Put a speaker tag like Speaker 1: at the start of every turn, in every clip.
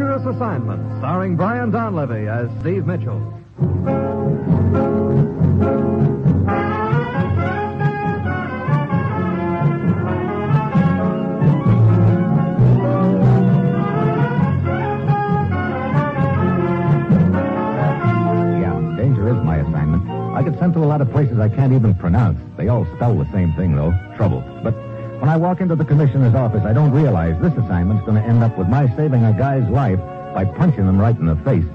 Speaker 1: Assignment, starring Brian Donlevy as Steve Mitchell.
Speaker 2: Yeah, danger is my assignment. I get sent to a lot of places I can't even pronounce. They all spell the same thing, though trouble. But when I walk into the commissioner's office, I don't realize this assignment's going to end up with my saving a guy's life by punching him right in the face.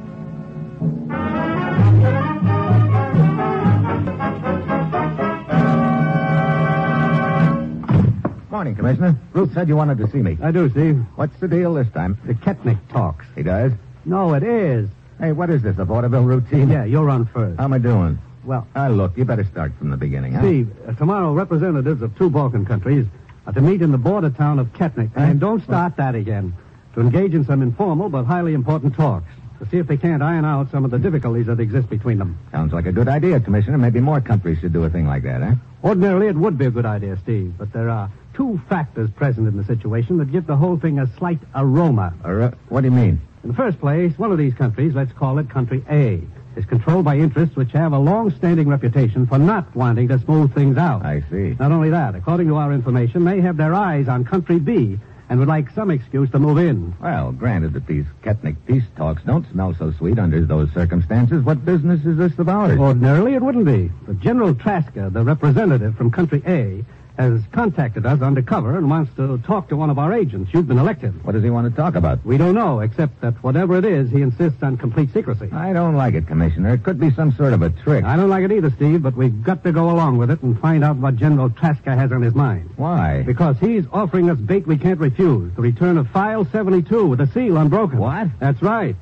Speaker 2: Morning, Commissioner. Ruth said you wanted to see me.
Speaker 3: I do, Steve.
Speaker 2: What's the deal this time?
Speaker 3: The Ketnik talks.
Speaker 2: He does?
Speaker 3: No, it is.
Speaker 2: Hey, what is this, a vaudeville routine?
Speaker 3: Yeah, you're on first.
Speaker 2: How am I doing?
Speaker 3: well,
Speaker 2: Ah, look, you better start from the beginning, huh?
Speaker 3: Steve, uh, tomorrow representatives of two Balkan countries are to meet in the border town of Ketnik. And don't start that again. To engage in some informal but highly important talks to see if they can't iron out some of the difficulties that exist between them.
Speaker 2: Sounds like a good idea, Commissioner. Maybe more countries should do a thing like that, huh?
Speaker 3: Ordinarily, it would be a good idea, Steve, but there are two factors present in the situation that give the whole thing a slight aroma.
Speaker 2: Or, uh, what do you mean?
Speaker 3: In the first place, one of these countries, let's call it country A, is controlled by interests which have a long-standing reputation for not wanting to smooth things out.
Speaker 2: I see.
Speaker 3: Not only that, according to our information, they have their eyes on country B and would like some excuse to move in.
Speaker 2: Well, granted that these Ketnik peace talks don't smell so sweet under those circumstances, what business is this of ours?
Speaker 3: Ordinarily, it wouldn't be. But General Traska, the representative from country A, has contacted us undercover and wants to talk to one of our agents. You've been elected.
Speaker 2: What does he want to talk about?
Speaker 3: We don't know, except that whatever it is, he insists on complete secrecy.
Speaker 2: I don't like it, Commissioner. It could be some sort of a trick.
Speaker 3: I don't like it either, Steve, but we've got to go along with it and find out what General Traska has on his mind.
Speaker 2: Why?
Speaker 3: Because he's offering us bait we can't refuse. The return of File 72 with a seal unbroken.
Speaker 2: What?
Speaker 3: That's right.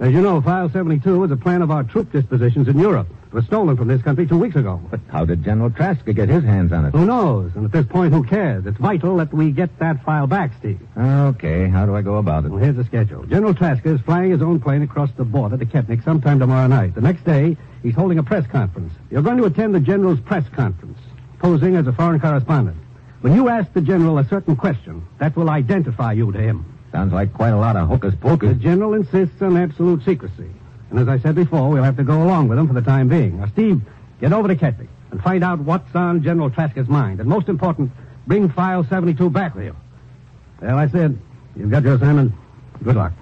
Speaker 3: As you know, File 72 was a plan of our troop dispositions in Europe. It was stolen from this country two weeks ago.
Speaker 2: But how did General Traska get his hands on it?
Speaker 3: Who knows? And at this point, who cares? It's vital that we get that file back, Steve.
Speaker 2: Okay, how do I go about it?
Speaker 3: Well, here's the schedule. General Trask is flying his own plane across the border to Kepnik sometime tomorrow night. The next day, he's holding a press conference. You're going to attend the general's press conference, posing as a foreign correspondent. When you ask the general a certain question, that will identify you to him.
Speaker 2: Sounds like quite a lot of hocus
Speaker 3: The
Speaker 2: pocus.
Speaker 3: general insists on absolute secrecy. And as I said before, we'll have to go along with him for the time being. Now, Steve, get over to Kepnik and find out what's on General Trask's mind. And most important, bring File 72 back with you. Well, I said, you've got your assignment. Good luck.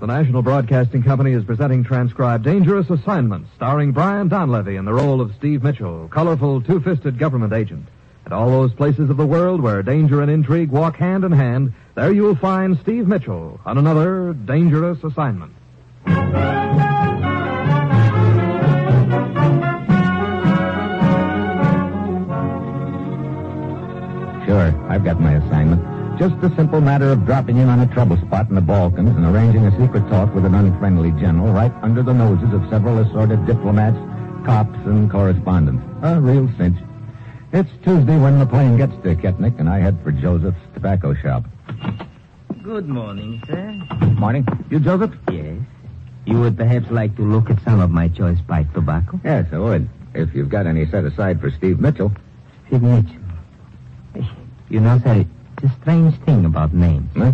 Speaker 1: The National Broadcasting Company is presenting transcribed Dangerous Assignment, starring Brian Donlevy in the role of Steve Mitchell, colorful, two-fisted government agent. At all those places of the world where danger and intrigue walk hand in hand, there you'll find Steve Mitchell on another Dangerous Assignment.
Speaker 2: Sure, I've got my assignment. Just a simple matter of dropping in on a trouble spot in the Balkans and arranging a secret talk with an unfriendly general right under the noses of several assorted diplomats, cops, and correspondents. A real cinch. It's Tuesday when the plane gets to Ketnik, and I head for Joseph's tobacco shop.
Speaker 4: Good morning, sir.
Speaker 2: Morning. You, Joseph?
Speaker 4: Yes. You would perhaps like to look at some of my choice pipe tobacco?
Speaker 2: Yes, I would. If you've got any set aside for Steve Mitchell.
Speaker 4: Steve Mitchell. You know, sir, it's a strange thing about names.
Speaker 2: Huh?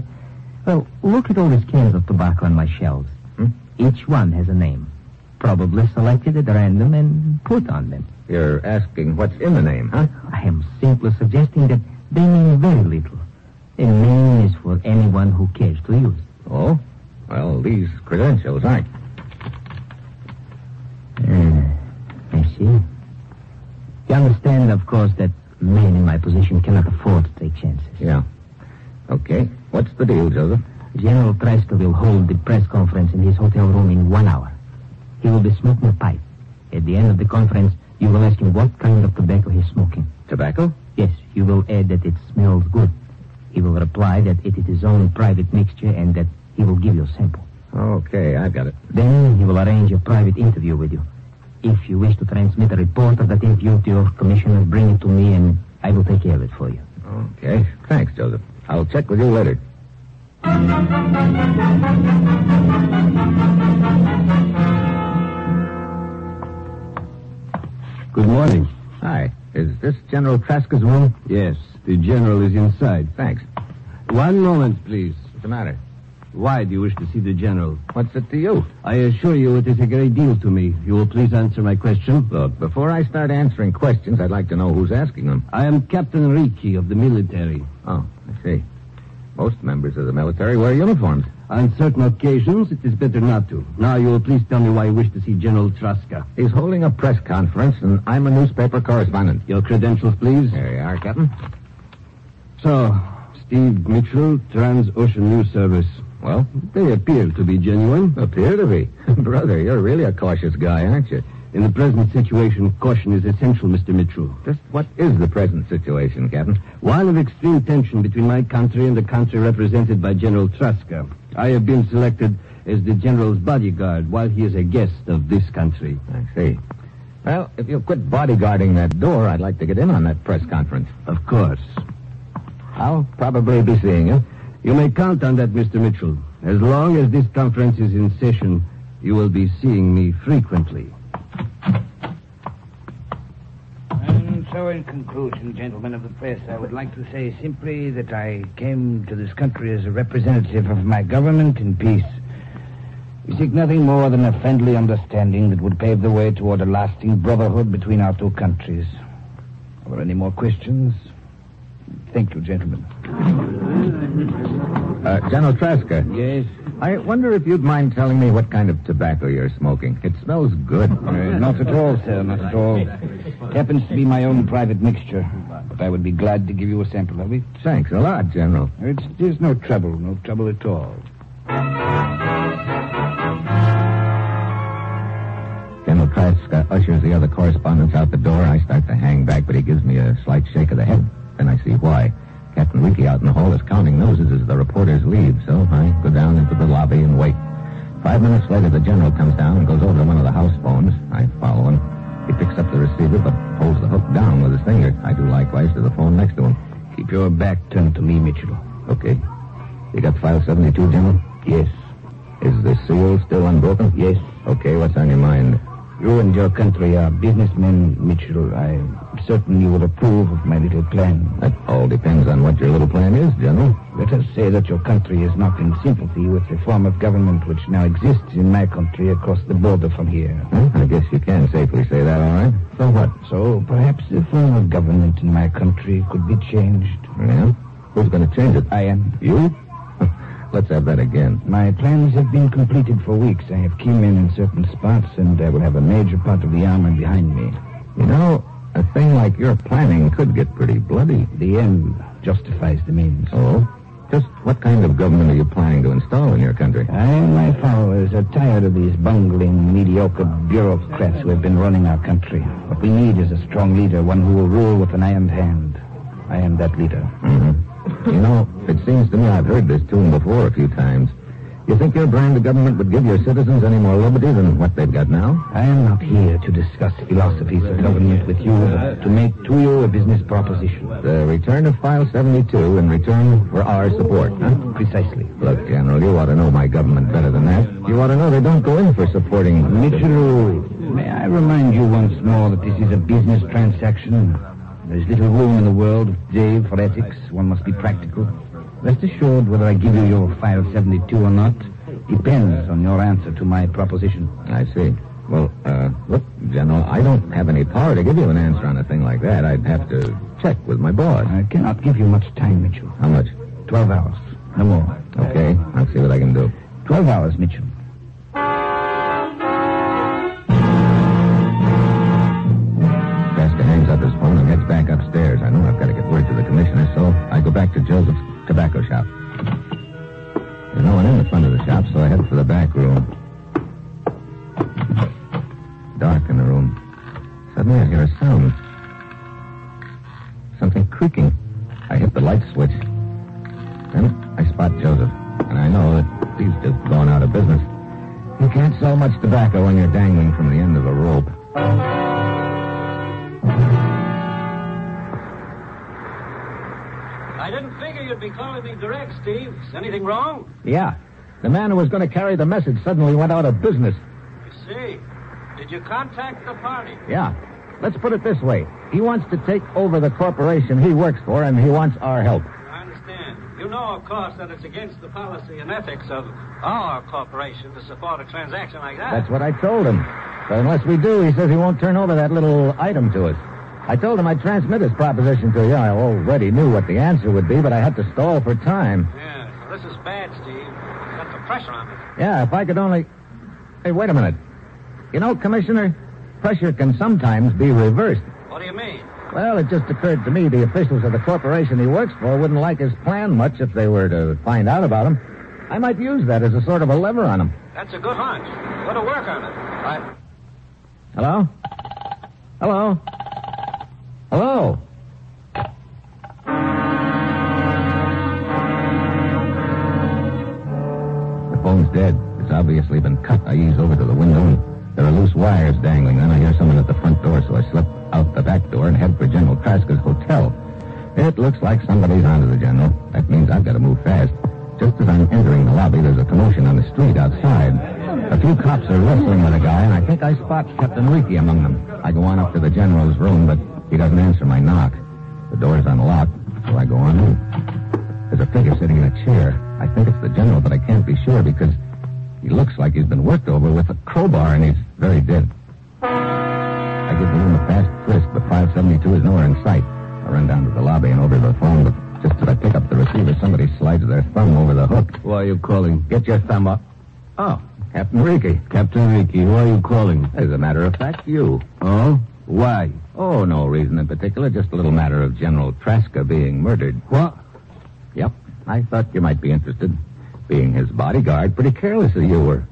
Speaker 4: Well, look at all these cans of tobacco on my shelves.
Speaker 2: Hmm?
Speaker 4: Each one has a name. Probably selected at random and put on them.
Speaker 2: You're asking what's in the name, huh?
Speaker 4: I am simply suggesting that they mean very little. A name is for anyone who cares to use.
Speaker 2: Oh? Well, these credentials aren't.
Speaker 4: Ah, I see. You understand, of course, that men in my position cannot afford to take chances.
Speaker 2: Yeah. Okay. What's the deal, Joseph?
Speaker 4: General Traska will hold the press conference in his hotel room in one hour. He will be smoking a pipe. At the end of the conference, you will ask him what kind of tobacco he's smoking.
Speaker 2: Tobacco?
Speaker 4: Yes, you will add that it smells good. He will reply that it is his own private mixture and that he will give you a sample.
Speaker 2: Okay, I've got it.
Speaker 4: Then he will arrange a private interview with you. If you wish to transmit a report of that interview to your commissioner, bring it to me and I will take care of it for you.
Speaker 2: Okay. Thanks, Joseph. I'll check with you later. Good morning. Hi. Is this General Traska's room? Yes. The general is inside. Thanks.
Speaker 5: One moment, please.
Speaker 2: What's the matter?
Speaker 5: Why do you wish to see the general?
Speaker 2: What's it to you?
Speaker 5: I assure you it is a great deal to me. You will please answer my question.
Speaker 2: Look, before I start answering questions, I'd like to know who's asking them.
Speaker 5: I am Captain Ricci of the military.
Speaker 2: Oh, I see. Most members of the military wear uniforms.
Speaker 5: On certain occasions, it is better not to. Now, you will please tell me why you wish to see General Traska.
Speaker 2: He's holding a press conference, and I'm a newspaper correspondent.
Speaker 5: Your credentials, please.
Speaker 2: There you are, Captain.
Speaker 5: So, Steve Mitchell, Trans-Ocean News Service.
Speaker 2: Well,
Speaker 5: They appear to be genuine.
Speaker 2: appear to be. Brother, you're really a cautious guy, aren't you?
Speaker 5: In the present situation, caution is essential, Mr. Mitchell.
Speaker 2: Just what is the present situation, Captain?
Speaker 5: One of extreme tension between my country and the country represented by General Traska. I have been selected as the general's bodyguard while he is a guest of this country.
Speaker 2: I see. Well, if you'll quit bodyguarding that door, I'd like to get in on that press conference.
Speaker 5: Of course.
Speaker 2: I'll probably be seeing you.
Speaker 5: You may count on that, Mr. Mitchell. As long as this conference is in session, you will be seeing me frequently.
Speaker 4: And so, in conclusion, gentlemen of the press, I would like to say simply that I came to this country as a representative of my government in peace. We seek nothing more than a friendly understanding that would pave the way toward a lasting brotherhood between our two countries. Are there any more questions? Thank you, gentlemen.
Speaker 2: Uh, General Traska,
Speaker 4: Yes.
Speaker 2: I wonder if you'd mind telling me what kind of tobacco you're smoking. It smells good.
Speaker 5: Uh,
Speaker 4: not at all, sir, not at all. It happens to be my own private mixture, but I would be glad to give you a sample of it.
Speaker 2: Thanks a lot, General.
Speaker 4: It's, there's no trouble, no trouble at all.
Speaker 2: General Traska ushers the other correspondents out the door. I start to hang back, but he gives me a slight shake of the head. Then I see why. Captain Ricky out in the hall is counting noses as the reporters leave, so I go down into the lobby and wait. Five minutes later, the general comes down and goes over to one of the house phones. I follow him. He picks up the receiver but holds the hook down with his finger. I do likewise to the phone next to him.
Speaker 4: Keep your back turned to me, Mitchell.
Speaker 2: Okay. You got file 72, General?
Speaker 4: Yes.
Speaker 2: Is the seal still unbroken?
Speaker 4: Yes.
Speaker 2: Okay, what's on your mind?
Speaker 4: You and your country are businessmen, uh, Mitchell. I certain you will approve of my little plan.
Speaker 2: That all depends on what your little plan is, General.
Speaker 4: Let us say that your country is not in sympathy with the form of government which now exists in my country across the border from here.
Speaker 2: Well, I guess you can safely say that, all right. So what?
Speaker 4: So perhaps the form of government in my country could be changed.
Speaker 2: Yeah? Who's going to change it?
Speaker 4: I am.
Speaker 2: You? Let's have that again.
Speaker 4: My plans have been completed for weeks. I have key men in certain spots, and I will have a major part of the army behind me.
Speaker 2: You know, a thing like your planning could get pretty bloody.
Speaker 4: The end justifies the means.
Speaker 2: Oh? Just what kind of government are you planning to install in your country?
Speaker 4: I and my followers are tired of these bungling, mediocre bureaucrats who have been running our country. What we need is a strong leader, one who will rule with an iron hand. I am that leader.
Speaker 2: Mm-hmm. You know, it seems to me I've heard this tune before a few times. You think your brand of government would give your citizens any more liberty than what they've got now?
Speaker 4: I am not here to discuss philosophies of government with you, but to make to you a business proposition.
Speaker 2: The return of File 72 in return for our support, huh?
Speaker 4: Precisely.
Speaker 2: Look, General, you ought to know my government better than that. You ought to know they don't go in for supporting Mitchell.
Speaker 4: Mitchell, may I remind you once more that this is a business transaction? There is little room in the world today for ethics. One must be practical. Rest assured, whether I give you your file 72 or not depends on your answer to my proposition.
Speaker 2: I see. Well, uh, look, General, I don't have any power to give you an answer on a thing like that. I'd have to check with my boss.
Speaker 4: I cannot give you much time, Mitchell.
Speaker 2: How much?
Speaker 4: Twelve hours, no more.
Speaker 2: Okay, I'll see what I can do.
Speaker 4: Twelve hours, Mitchell.
Speaker 2: Vesta hangs up his phone and heads back upstairs. I know I've got to get word to the commissioner, so I go back to Joseph's tobacco shop. There's no one in the front of the shop, so I head for the back room. Dark in the room. Suddenly I hear a sound. Something creaking. I hit the light switch. Then I spot Joseph, and I know that he's just gone out of business. You can't sell much tobacco when you're dangling from the end of a rope.
Speaker 6: didn't figure you'd be calling me direct, Steve. Is anything wrong?
Speaker 2: Yeah. The man who was going to carry the message suddenly went out of business.
Speaker 6: I see. Did you contact the party?
Speaker 2: Yeah. Let's put it this way. He wants to take over the corporation he works for, and he wants our help.
Speaker 6: I understand. You know, of course, that it's against the policy and ethics of our corporation to support a transaction like that.
Speaker 2: That's what I told him. But unless we do, he says he won't turn over that little item to us. I told him I'd transmit his proposition to you. I already knew what the answer would be, but I had to stall for time.
Speaker 6: Yeah, this is bad, Steve. You've Got the pressure on me.
Speaker 2: Yeah, if I could only. Hey, wait a minute. You know, Commissioner, pressure can sometimes be reversed.
Speaker 6: What do you mean?
Speaker 2: Well, it just occurred to me the officials of the corporation he works for wouldn't like his plan much if they were to find out about him. I might use that as a sort of a lever on him.
Speaker 6: That's a good hunch. Put to work on it.
Speaker 2: Hello? Hello? Hello? The phone's dead. It's obviously been cut. I ease over to the window, and there are loose wires dangling. Then I hear someone at the front door, so I slip out the back door and head for General Traska's hotel. It looks like somebody's onto the general. That means I've got to move fast. Just as I'm entering the lobby, there's a commotion on the street outside. A few cops are wrestling with a guy, and I think I spot Captain Leakey among them. I go on up to the general's room, but he doesn't answer my knock. The door's unlocked, so I go on in. There's a figure sitting in a chair. I think it's the general, but I can't be sure because he looks like he's been worked over with a crowbar and he's very dead. I give the room a fast twist, but 572 is nowhere in sight. I run down to the lobby and over to the phone, but just as I pick up the receiver, somebody slides their thumb over the hook.
Speaker 5: Why are you calling?
Speaker 2: Get your thumb up. Oh, Captain Ricky.
Speaker 5: Captain Ricky, why are you calling?
Speaker 2: As a matter of fact, you.
Speaker 5: Oh? Why?
Speaker 2: Oh, no reason in particular, just a little matter of General Traska being murdered.
Speaker 5: What?
Speaker 2: Yep, I thought you might be interested. Being his bodyguard, pretty careless as you were.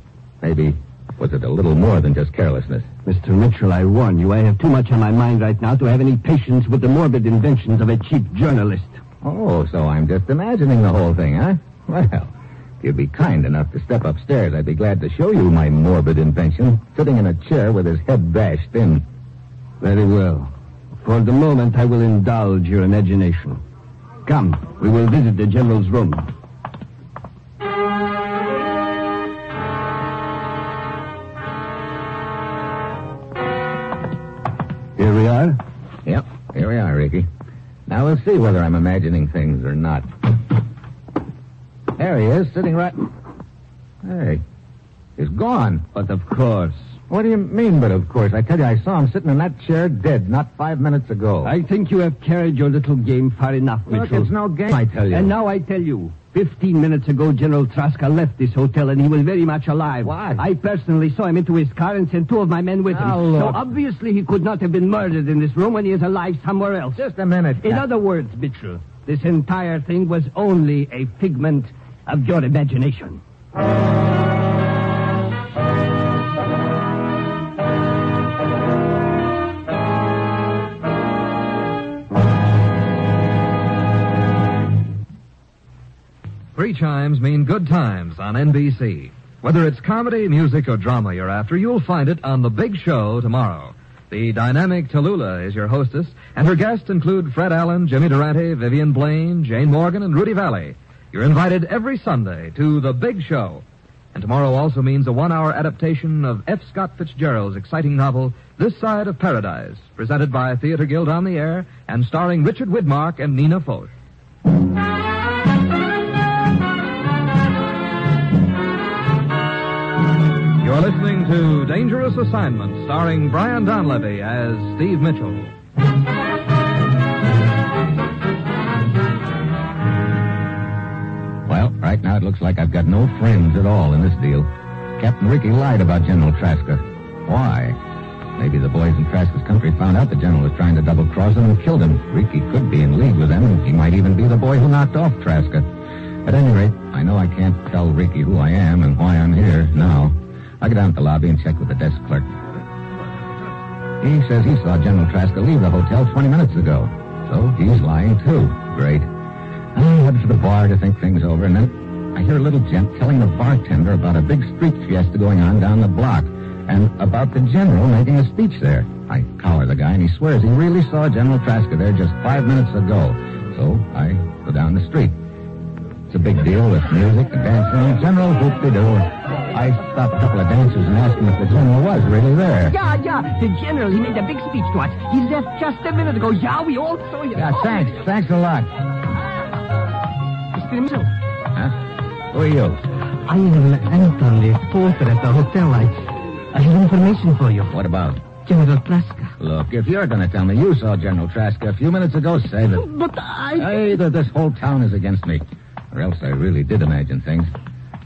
Speaker 2: Maybe was it a little more than just carelessness?
Speaker 5: Mr. Mitchell, I warn you, I have too much on my mind right now to have any patience with the morbid inventions of a cheap journalist.
Speaker 2: Oh, so I'm just imagining the whole thing, huh? Well, if you'd be kind enough to step upstairs, I'd be glad to show you my morbid invention, sitting in a chair with his head bashed in.
Speaker 5: Very well. For the moment, I will indulge your imagination. Come, we will visit the general's room. Here we are.
Speaker 2: Yep, here we are, Ricky. Now we'll see whether I'm imagining things or not. There he is, sitting right. Hey, he's gone.
Speaker 5: But of course,
Speaker 2: What do you mean, but of course? I tell you, I saw him sitting in that chair dead not five minutes ago.
Speaker 5: I think you have carried your little game far enough,
Speaker 2: Look,
Speaker 5: Mitchell.
Speaker 2: it's no game, I tell you.
Speaker 5: And now I tell you, 15 minutes ago, General Traska left this hotel and he was very much alive.
Speaker 2: What?
Speaker 5: I personally saw him into his car and sent two of my men with him.
Speaker 2: Now, look.
Speaker 5: So obviously he could not have been murdered in this room when he is alive somewhere else.
Speaker 2: Just a minute.
Speaker 5: In
Speaker 2: Cap-
Speaker 5: other words, Mitchell, this entire thing was only a figment of your imagination.
Speaker 1: Three chimes mean good times on NBC. Whether it's comedy, music, or drama you're after, you'll find it on The Big Show tomorrow. The dynamic Tallulah is your hostess, and her guests include Fred Allen, Jimmy Durante, Vivian Blaine, Jane Morgan, and Rudy Valley. You're invited every Sunday to The Big Show. And tomorrow also means a one-hour adaptation of F. Scott Fitzgerald's exciting novel, This Side of Paradise, presented by Theater Guild on the Air and starring Richard Widmark and Nina Foch. You're listening to Dangerous Assignment, starring Brian Donlevy as Steve Mitchell.
Speaker 2: Well, right now it looks like I've got no friends at all in this deal. Captain Ricky lied about General Trasker. Why? Maybe the boys in Trasker's country found out the general was trying to double cross him and killed him. Ricky could be in league with them, and he might even be the boy who knocked off Trasker. At any rate, I know I can't tell Ricky who I am and why I'm here now. I go down to the lobby and check with the desk clerk. He says he saw General Trasker leave the hotel 20 minutes ago. So he's lying too. Great. I head for the bar to think things over, and then I hear a little gent telling the bartender about a big street fiesta going on down the block and about the general making a speech there. I collar the guy, and he swears he really saw General Trasker there just five minutes ago. So I go down the street. It's a big deal with music and dancing and general whoop de doo. I stopped a couple of dancers and asked them if the general was really there.
Speaker 7: Yeah, yeah. The general, he made a big speech to us. He left just a minute ago. Yeah, we all saw him.
Speaker 2: Yeah,
Speaker 7: Oh,
Speaker 2: thanks. Thanks a lot.
Speaker 7: Mr. Mitchell.
Speaker 2: Huh? Who are you?
Speaker 4: I am Anton, the porter at the hotel. I, I have information for you.
Speaker 2: What about?
Speaker 4: General Traska.
Speaker 2: Look, if you're going to tell me you saw General Trask a few minutes ago, say that.
Speaker 7: But I...
Speaker 2: Either this whole town is against me, or else I really did imagine things.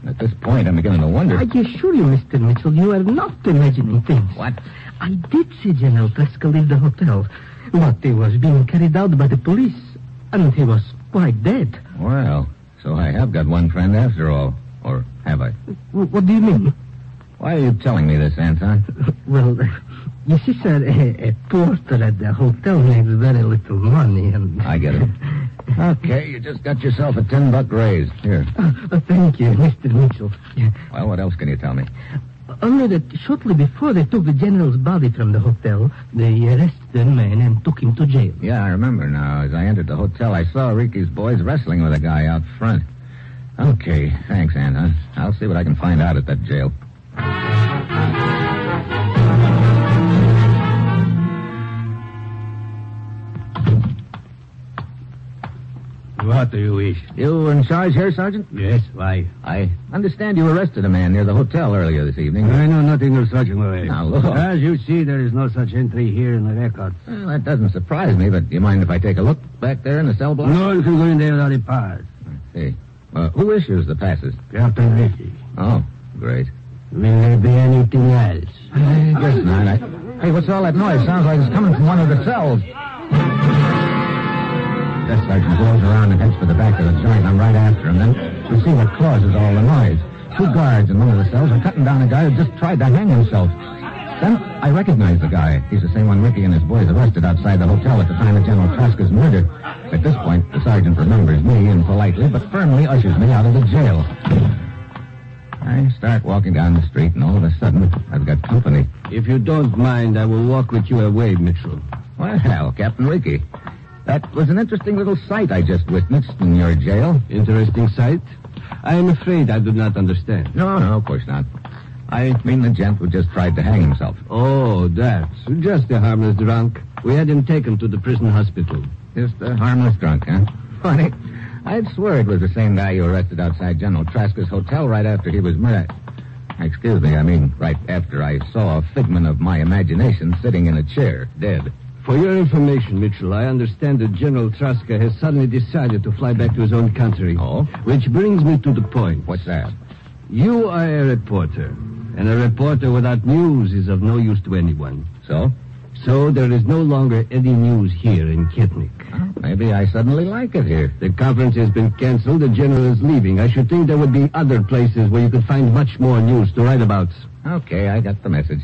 Speaker 2: At this point, I'm beginning to wonder.
Speaker 4: I assure you, Mr. Mitchell, you are not imagining things.
Speaker 2: What?
Speaker 4: I did see General Traska leave the hotel. What, he was being carried out by the police, and he was quite dead.
Speaker 2: Well, so I have got one friend after all. Or have I?
Speaker 4: W- what do you mean?
Speaker 2: Why are you telling me this, Anton?
Speaker 4: Well, you see, sir, a, a porter at the hotel makes very little money, and...
Speaker 2: I get it. Okay, you just got yourself a ten buck raise. Here.
Speaker 4: Oh, oh, thank you, Mr. Mitchell. Yeah.
Speaker 2: Well, what else can you tell me?
Speaker 4: Only that shortly before they took the general's body from the hotel, they arrested the man and took him to jail.
Speaker 2: Yeah, I remember now. As I entered the hotel, I saw Ricky's boys wrestling with a guy out front. Okay, thanks, Anton. I'll see what I can find out at that jail.
Speaker 3: What do you wish?
Speaker 2: You were in charge here, Sergeant?
Speaker 3: Yes, why?
Speaker 2: I understand you arrested a man near the hotel earlier this evening.
Speaker 3: I know nothing of such a way.
Speaker 2: Now, look.
Speaker 3: As you see, there is no such entry here in the records.
Speaker 2: Well, that doesn't surprise me, but do you mind if I take a look back there in the cell block?
Speaker 3: No one can go in there without a pass.
Speaker 2: See. Uh, who issues the passes?
Speaker 3: Captain Ricky.
Speaker 2: Oh, great.
Speaker 3: Will there be anything else?
Speaker 2: I guess not. I- Hey, what's all that noise? Sounds like it's coming from one of the cells. That sergeant blows around and heads for the back of the joint. I'm right after him. Then we see what causes all the noise. Two guards in one of the cells are cutting down a guy who just tried to hang himself. Then I recognize the guy. He's the same one Ricky and his boys arrested outside the hotel at the time of General Traska's murder. At this point, the sergeant remembers me and politely but firmly ushers me out of the jail. I start walking down the street, and all of a sudden, I've got company.
Speaker 5: If you don't mind, I will walk with you away, Mitchell.
Speaker 2: Well, Captain Ricky, that was an interesting little sight I just witnessed in your jail.
Speaker 5: Interesting sight. I am afraid I do not understand.
Speaker 2: No, no, of course not. I mean the gent who just tried to hang himself.
Speaker 5: Oh, that's just a harmless drunk. We had him taken to the prison hospital.
Speaker 2: Just a harmless drunk, huh? Funny. I'd swear it was the same guy you arrested outside General Traska's hotel right after he was murdered. Excuse me, I mean, right after I saw a figment of my imagination sitting in a chair, dead.
Speaker 5: For your information, Mitchell, I understand that General Traska has suddenly decided to fly back to his own country.
Speaker 2: Oh?
Speaker 5: Which brings me to the point.
Speaker 2: What's that?
Speaker 5: You are a reporter, and a reporter without news is of no use to anyone.
Speaker 2: So?
Speaker 5: So there is no longer any news here in Kitnik.
Speaker 2: Maybe I suddenly like it here.
Speaker 5: The conference has been canceled. The general is leaving. I should think there would be other places where you could find much more news to write about.
Speaker 2: Okay, I got the message.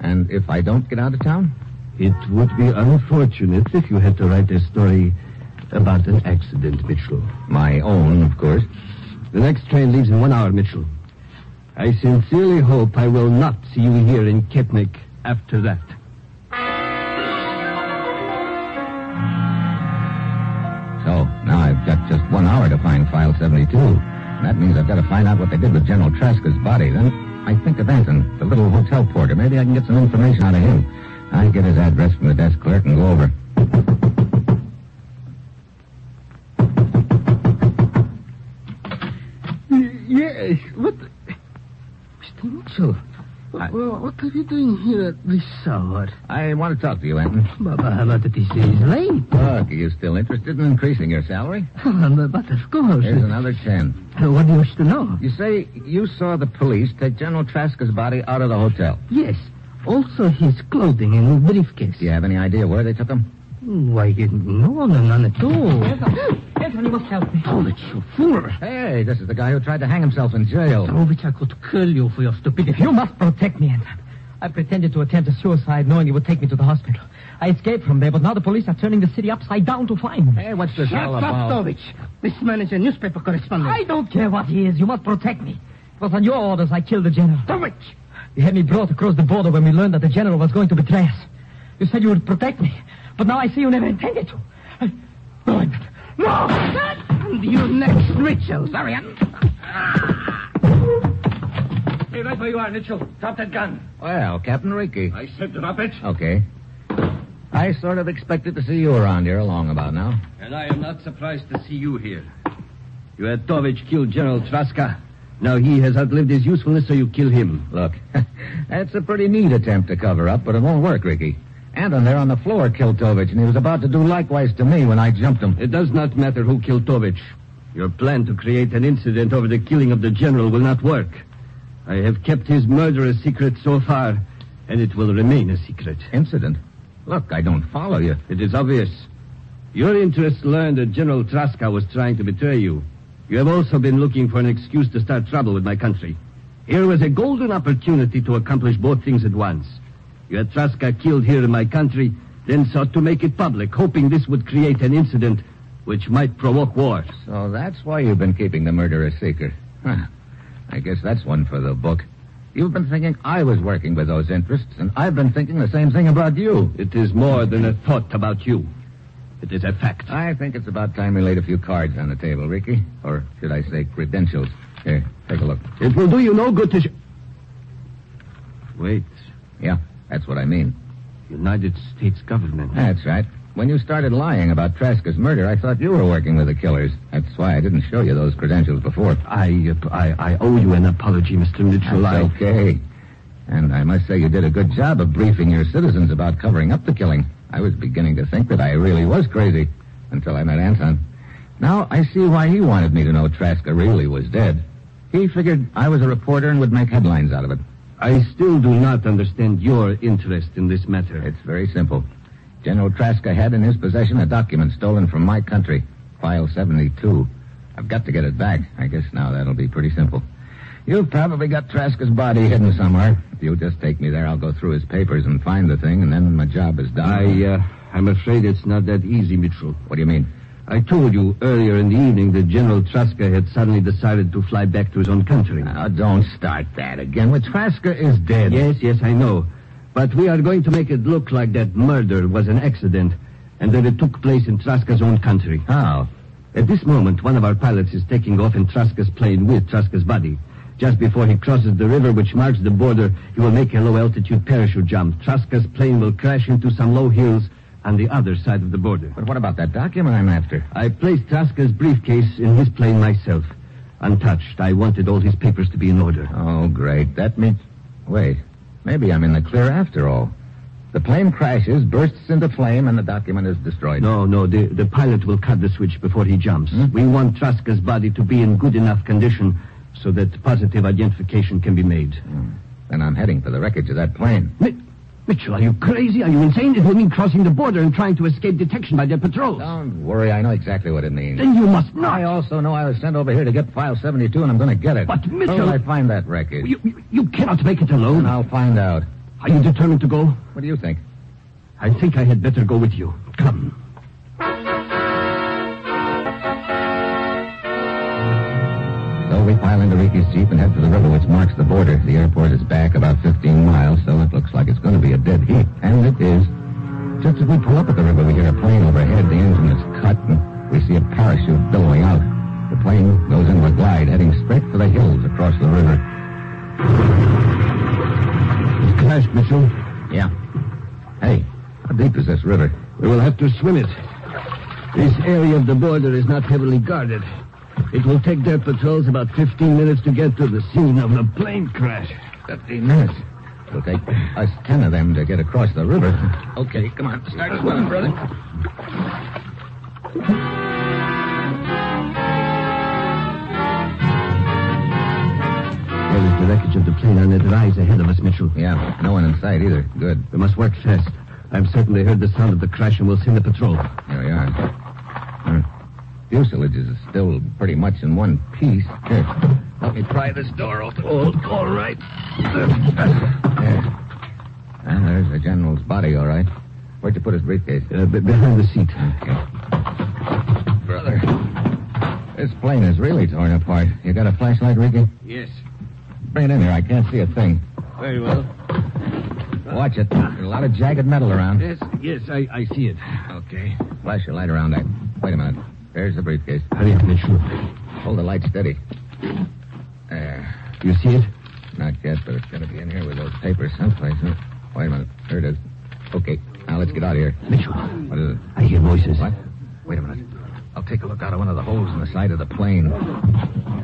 Speaker 2: And if I don't get out of town?
Speaker 5: It would be unfortunate if you had to write a story about an accident, Mitchell.
Speaker 2: My own, of course.
Speaker 5: The next train leaves in one hour, Mitchell. I sincerely hope I will not see you here in Ketnik after that.
Speaker 2: So now I've got just one hour to find File 72. That means I've got to find out what they did with General Traska's body. Then I think of Anton, the little hotel porter. Maybe I can get some information out of him. I get his address from the desk clerk and go over.
Speaker 7: Yes, what... Mr. Mitchell,
Speaker 2: I-
Speaker 7: well, what are you doing here at this hour?
Speaker 2: I want to talk to you, Anton.
Speaker 7: Baba, but it is late.
Speaker 2: Look, are you still interested in increasing your salary?
Speaker 7: but of course.
Speaker 2: Here's another ten.
Speaker 7: Uh, What do you wish to know?
Speaker 2: You say you saw the police take General Traska's body out of the hotel.
Speaker 7: Yes. Also his clothing and briefcase.
Speaker 2: Do you have any idea where they took him?
Speaker 7: Why, no, no, none at all. Gentlemen, you must help me. Oh, that you fool.
Speaker 2: Hey, this is the guy who tried to hang himself in jail.
Speaker 8: Oh,
Speaker 7: Petrovich, I could kill you for your stupidity. You must protect me, Anton. I pretended to attempt a suicide knowing you would take me to the hospital. I escaped from there, but now the police are turning the city upside down to find me.
Speaker 2: Hey, what's this all about?
Speaker 7: This man is a newspaper correspondent. I don't care what he is. You must protect me. It was on your orders I killed the general. Stovich! You had me brought across the border when we learned that the general was going to betray us. You said you would protect me, but now I see you never intended to. I... Oh, I'm-
Speaker 8: No! And you next, Mitchell. Sorry, I'm...
Speaker 9: Hey, right where you are, Mitchell. Drop that gun.
Speaker 2: Well, Captain Ricky.
Speaker 9: I said drop it.
Speaker 2: Okay. I sort of expected to see you around here along about now.
Speaker 5: And I am not surprised to see you here. You had Tovich kill General Traska. Now he has outlived his usefulness, so you kill him.
Speaker 2: Look, that's a pretty neat attempt to cover up, but it won't work, Ricky. Anton there on the floor killed Tovich, and he was about to do likewise to me when I jumped him.
Speaker 5: It does not matter who killed Tovich. Your plan to create an incident over the killing of the general will not work. I have kept his murder a secret so far, and it will remain a secret.
Speaker 2: Incident? Look, I don't follow you.
Speaker 5: It is obvious. Your interests learned that General Traska was trying to betray you. You have also been looking for an excuse to start trouble with my country. Here was a golden opportunity to accomplish both things at once. You had Traska killed here in my country, then sought to make it public, hoping this would create an incident which might provoke war.
Speaker 2: So that's why you've been keeping the murder a secret. Huh. I guess that's one for the book. You've been thinking I was working with those interests, and I've been thinking the same thing about you.
Speaker 5: It is more than a thought about you. It is a fact.
Speaker 2: I think it's about time we laid a few cards on the table, Ricky. Or should I say credentials? Here, take a look.
Speaker 5: It will do you no good to. Sh- Wait.
Speaker 2: Yeah, that's what I mean.
Speaker 5: United States government.
Speaker 2: That's right. When you started lying about Traska's murder, I thought you were working with the killers. That's why I didn't show you those credentials before.
Speaker 5: I, uh, I, I owe you an apology, Mr. Mitchell.
Speaker 2: That's
Speaker 5: I...
Speaker 2: okay. And I must say you did a good job of briefing your citizens about covering up the killing. I was beginning to think that I really was crazy until I met Anton. Now I see why he wanted me to know Traska really was dead. He figured I was a reporter and would make headlines out of it.
Speaker 5: I still do not understand your interest in this matter.
Speaker 2: It's very simple. General Traska had in his possession a document stolen from my country, File 72. I've got to get it back. I guess now that'll be pretty simple. You've probably got Traska's body hidden somewhere. If you just take me there, I'll go through his papers and find the thing, and then my job is done.
Speaker 5: I, uh, I'm afraid it's not that easy, Mitchell.
Speaker 2: What do you mean?
Speaker 5: I told you earlier in the evening that General Traska had suddenly decided to fly back to his own country.
Speaker 2: Now, uh, don't start that again. Well, Traska is dead.
Speaker 5: Yes, yes, I know. But we are going to make it look like that murder was an accident and that it took place in Traska's own country.
Speaker 2: How?
Speaker 5: At this moment, one of our pilots is taking off in Traska's plane with Traska's body. Just before he crosses the river which marks the border, he will make a low altitude parachute jump. Traska's plane will crash into some low hills on the other side of the border.
Speaker 2: But what about that document I'm after?
Speaker 5: I placed Traska's briefcase in his plane myself. Untouched. I wanted all his papers to be in order.
Speaker 2: Oh, great. That means. Wait. Maybe I'm in the clear after all. The plane crashes, bursts into flame, and the document is destroyed.
Speaker 5: No, no, the, the pilot will cut the switch before he jumps.
Speaker 2: Hmm?
Speaker 5: We want Traska's body to be in good enough condition so that positive identification can be made.
Speaker 2: Mm. Then I'm heading for the wreckage of that plane.
Speaker 5: Mi- Mitchell, are you crazy? Are you insane? It will mean crossing the border and trying to escape detection by their patrols.
Speaker 2: Don't worry, I know exactly what it means.
Speaker 5: Then you must not.
Speaker 2: I also know I was sent over here to get File 72, and I'm going to get it.
Speaker 5: But, Mitchell...
Speaker 2: How will I find that wreckage?
Speaker 5: You, you, you cannot make it alone.
Speaker 2: And I'll find out.
Speaker 5: Are you determined to go?
Speaker 2: What do you think?
Speaker 5: I think I had better go with you. Come.
Speaker 2: So we pile into Ricky's jeep and head for the river which marks the border. The airport is back about 15 miles, so it looks like it's going to be a dead heat. And it is. Just as we pull up at the river, we hear a plane overhead. The engine is cut, and we see a parachute billowing out. The plane goes into a glide, heading straight for the hills across the river.
Speaker 5: It crashed, Mitchell.
Speaker 2: Yeah. Hey, how deep is this river?
Speaker 5: We will have to swim it. This area of the border is not heavily guarded. It will take their patrols about 15 minutes to get to the scene of the plane crash.
Speaker 2: 15 minutes? It'll take us 10 of them to get across the river. Okay, come on. Start swimming, brother.
Speaker 5: There is the wreckage of the plane on that rise ahead of us, Mitchell.
Speaker 2: Yeah, no one in sight either. Good.
Speaker 5: We must work fast. I'm certain they heard the sound of the crash and will send the patrol.
Speaker 2: Here we are. Hmm fuselage is still pretty much in one piece. Here, let me pry this door open. Oh, all right. There. And there's the general's body, all right. Where'd you put his briefcase?
Speaker 5: Uh, b- behind the seat.
Speaker 2: Okay. Brother, this plane is really torn apart. You got a flashlight, Ricky?
Speaker 6: Yes.
Speaker 2: Bring it in here. I can't see a thing.
Speaker 6: Very well.
Speaker 2: Watch it. There's a lot of jagged metal around.
Speaker 6: Yes, yes, I, I see it.
Speaker 2: Okay. Flash your light around that. Wait a minute.
Speaker 10: There's the briefcase.
Speaker 5: Hurry up, Mitchell.
Speaker 10: Hold the light steady. There.
Speaker 5: You see it?
Speaker 10: Not yet, but it's got to be in here with those papers someplace. Huh? Wait a minute. There it is. Okay. Now let's get out of here.
Speaker 5: Mitchell.
Speaker 10: What is it?
Speaker 5: I hear voices.
Speaker 10: What? Wait a minute. I'll take a look out of one of the holes in the side of the plane.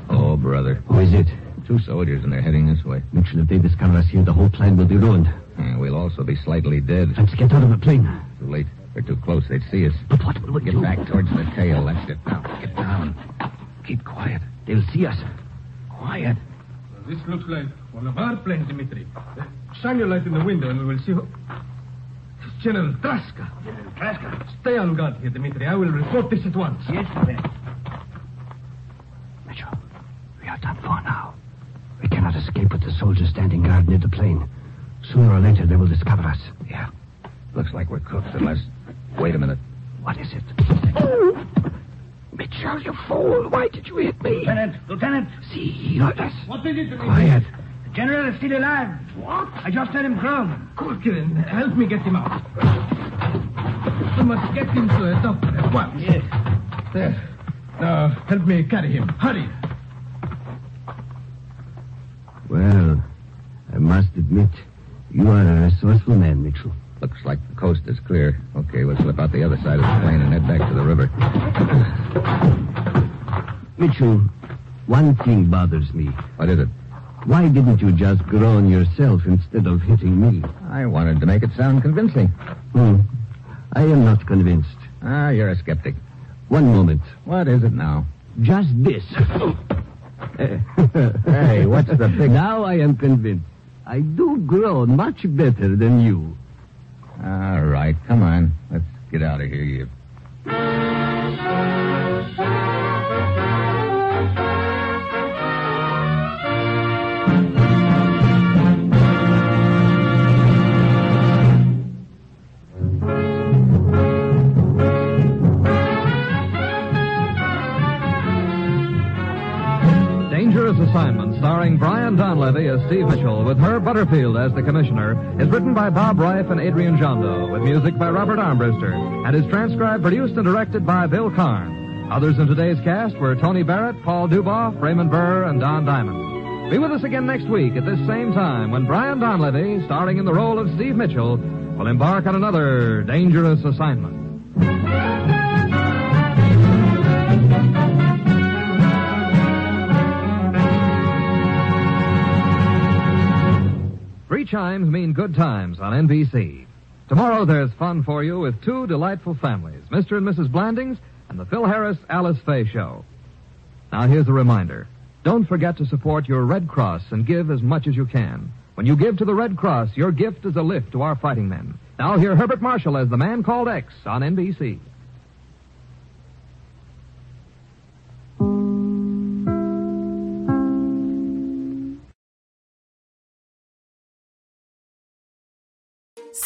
Speaker 10: Oh, brother.
Speaker 5: Who is it?
Speaker 10: Two soldiers, and they're heading this way.
Speaker 5: Mitchell, if they discover us here, the whole plan will be ruined.
Speaker 10: Yeah, we'll also be slightly dead.
Speaker 5: Let's get out of the plane.
Speaker 10: Too late. They're too close. They'd see us.
Speaker 5: But what will we
Speaker 10: Get
Speaker 5: do?
Speaker 10: back towards the tail. That's it. Now, get down. Keep quiet.
Speaker 5: They'll see us. Quiet.
Speaker 9: This looks like one of our planes, Dmitri. Uh, Shine your light in the window and we will see who. It's General Traska. General Traska. Stay on guard here, Dmitri. I will report this at once.
Speaker 11: Yes, sir.
Speaker 5: Mitchell, we are done for now. We cannot escape with the soldiers standing guard near the plane. Sooner or later, they will discover us.
Speaker 10: Yeah. Looks like we're cooked unless. Wait a minute.
Speaker 5: What is it? Mitchell, you fool! Why did you hit me?
Speaker 11: Lieutenant, Lieutenant,
Speaker 5: See, he heard us.
Speaker 9: What is it, Dmitri?
Speaker 5: Quiet.
Speaker 11: the general is still alive. What? I just heard him groan.
Speaker 9: Kulkirin, help me get him out. You must get him to a doctor at once.
Speaker 11: Yes.
Speaker 9: There. Now, help me carry him. Hurry.
Speaker 5: Well, I must admit, you are a resourceful man, Mitchell.
Speaker 10: Looks like the coast is clear. Okay, we'll slip out the other side of the plane and head back to the river.
Speaker 5: Mitchell, one thing bothers me.
Speaker 10: What is it?
Speaker 5: Why didn't you just groan yourself instead of hitting me?
Speaker 10: I wanted to make it sound convincing.
Speaker 5: Hmm. I am not convinced.
Speaker 10: Ah, you're a skeptic.
Speaker 5: One moment.
Speaker 10: What is it now?
Speaker 5: Just this.
Speaker 10: Hey, what's the big-
Speaker 5: Now I am convinced. I do groan much better than you.
Speaker 10: All right, come on. Let's get out of here, you.
Speaker 2: Dangerous Assignment, starring Brian Donlevy as Steve Mitchell, with Herb Butterfield as the Commissioner, is written by Bob Reif and Adrian Jondo, with music by Robert Armbruster, and is transcribed, produced, and directed by Bill Carn. Others in today's cast were Tony Barrett, Paul Duboff, Raymond Burr, and Don Diamond. Be with us again next week at this same time when Brian Donlevy, starring in the role of Steve Mitchell, will embark on another dangerous assignment. Three chimes mean good times on NBC. Tomorrow there's fun for you with two delightful families, Mr. and Mrs. Blandings and the Phil Harris Alice Faye Show. Now here's a reminder. Don't forget to support your Red Cross and give as much as you can. When you give to the Red Cross, your gift is a lift to our fighting men. Now hear Herbert Marshall as the man called X on NBC.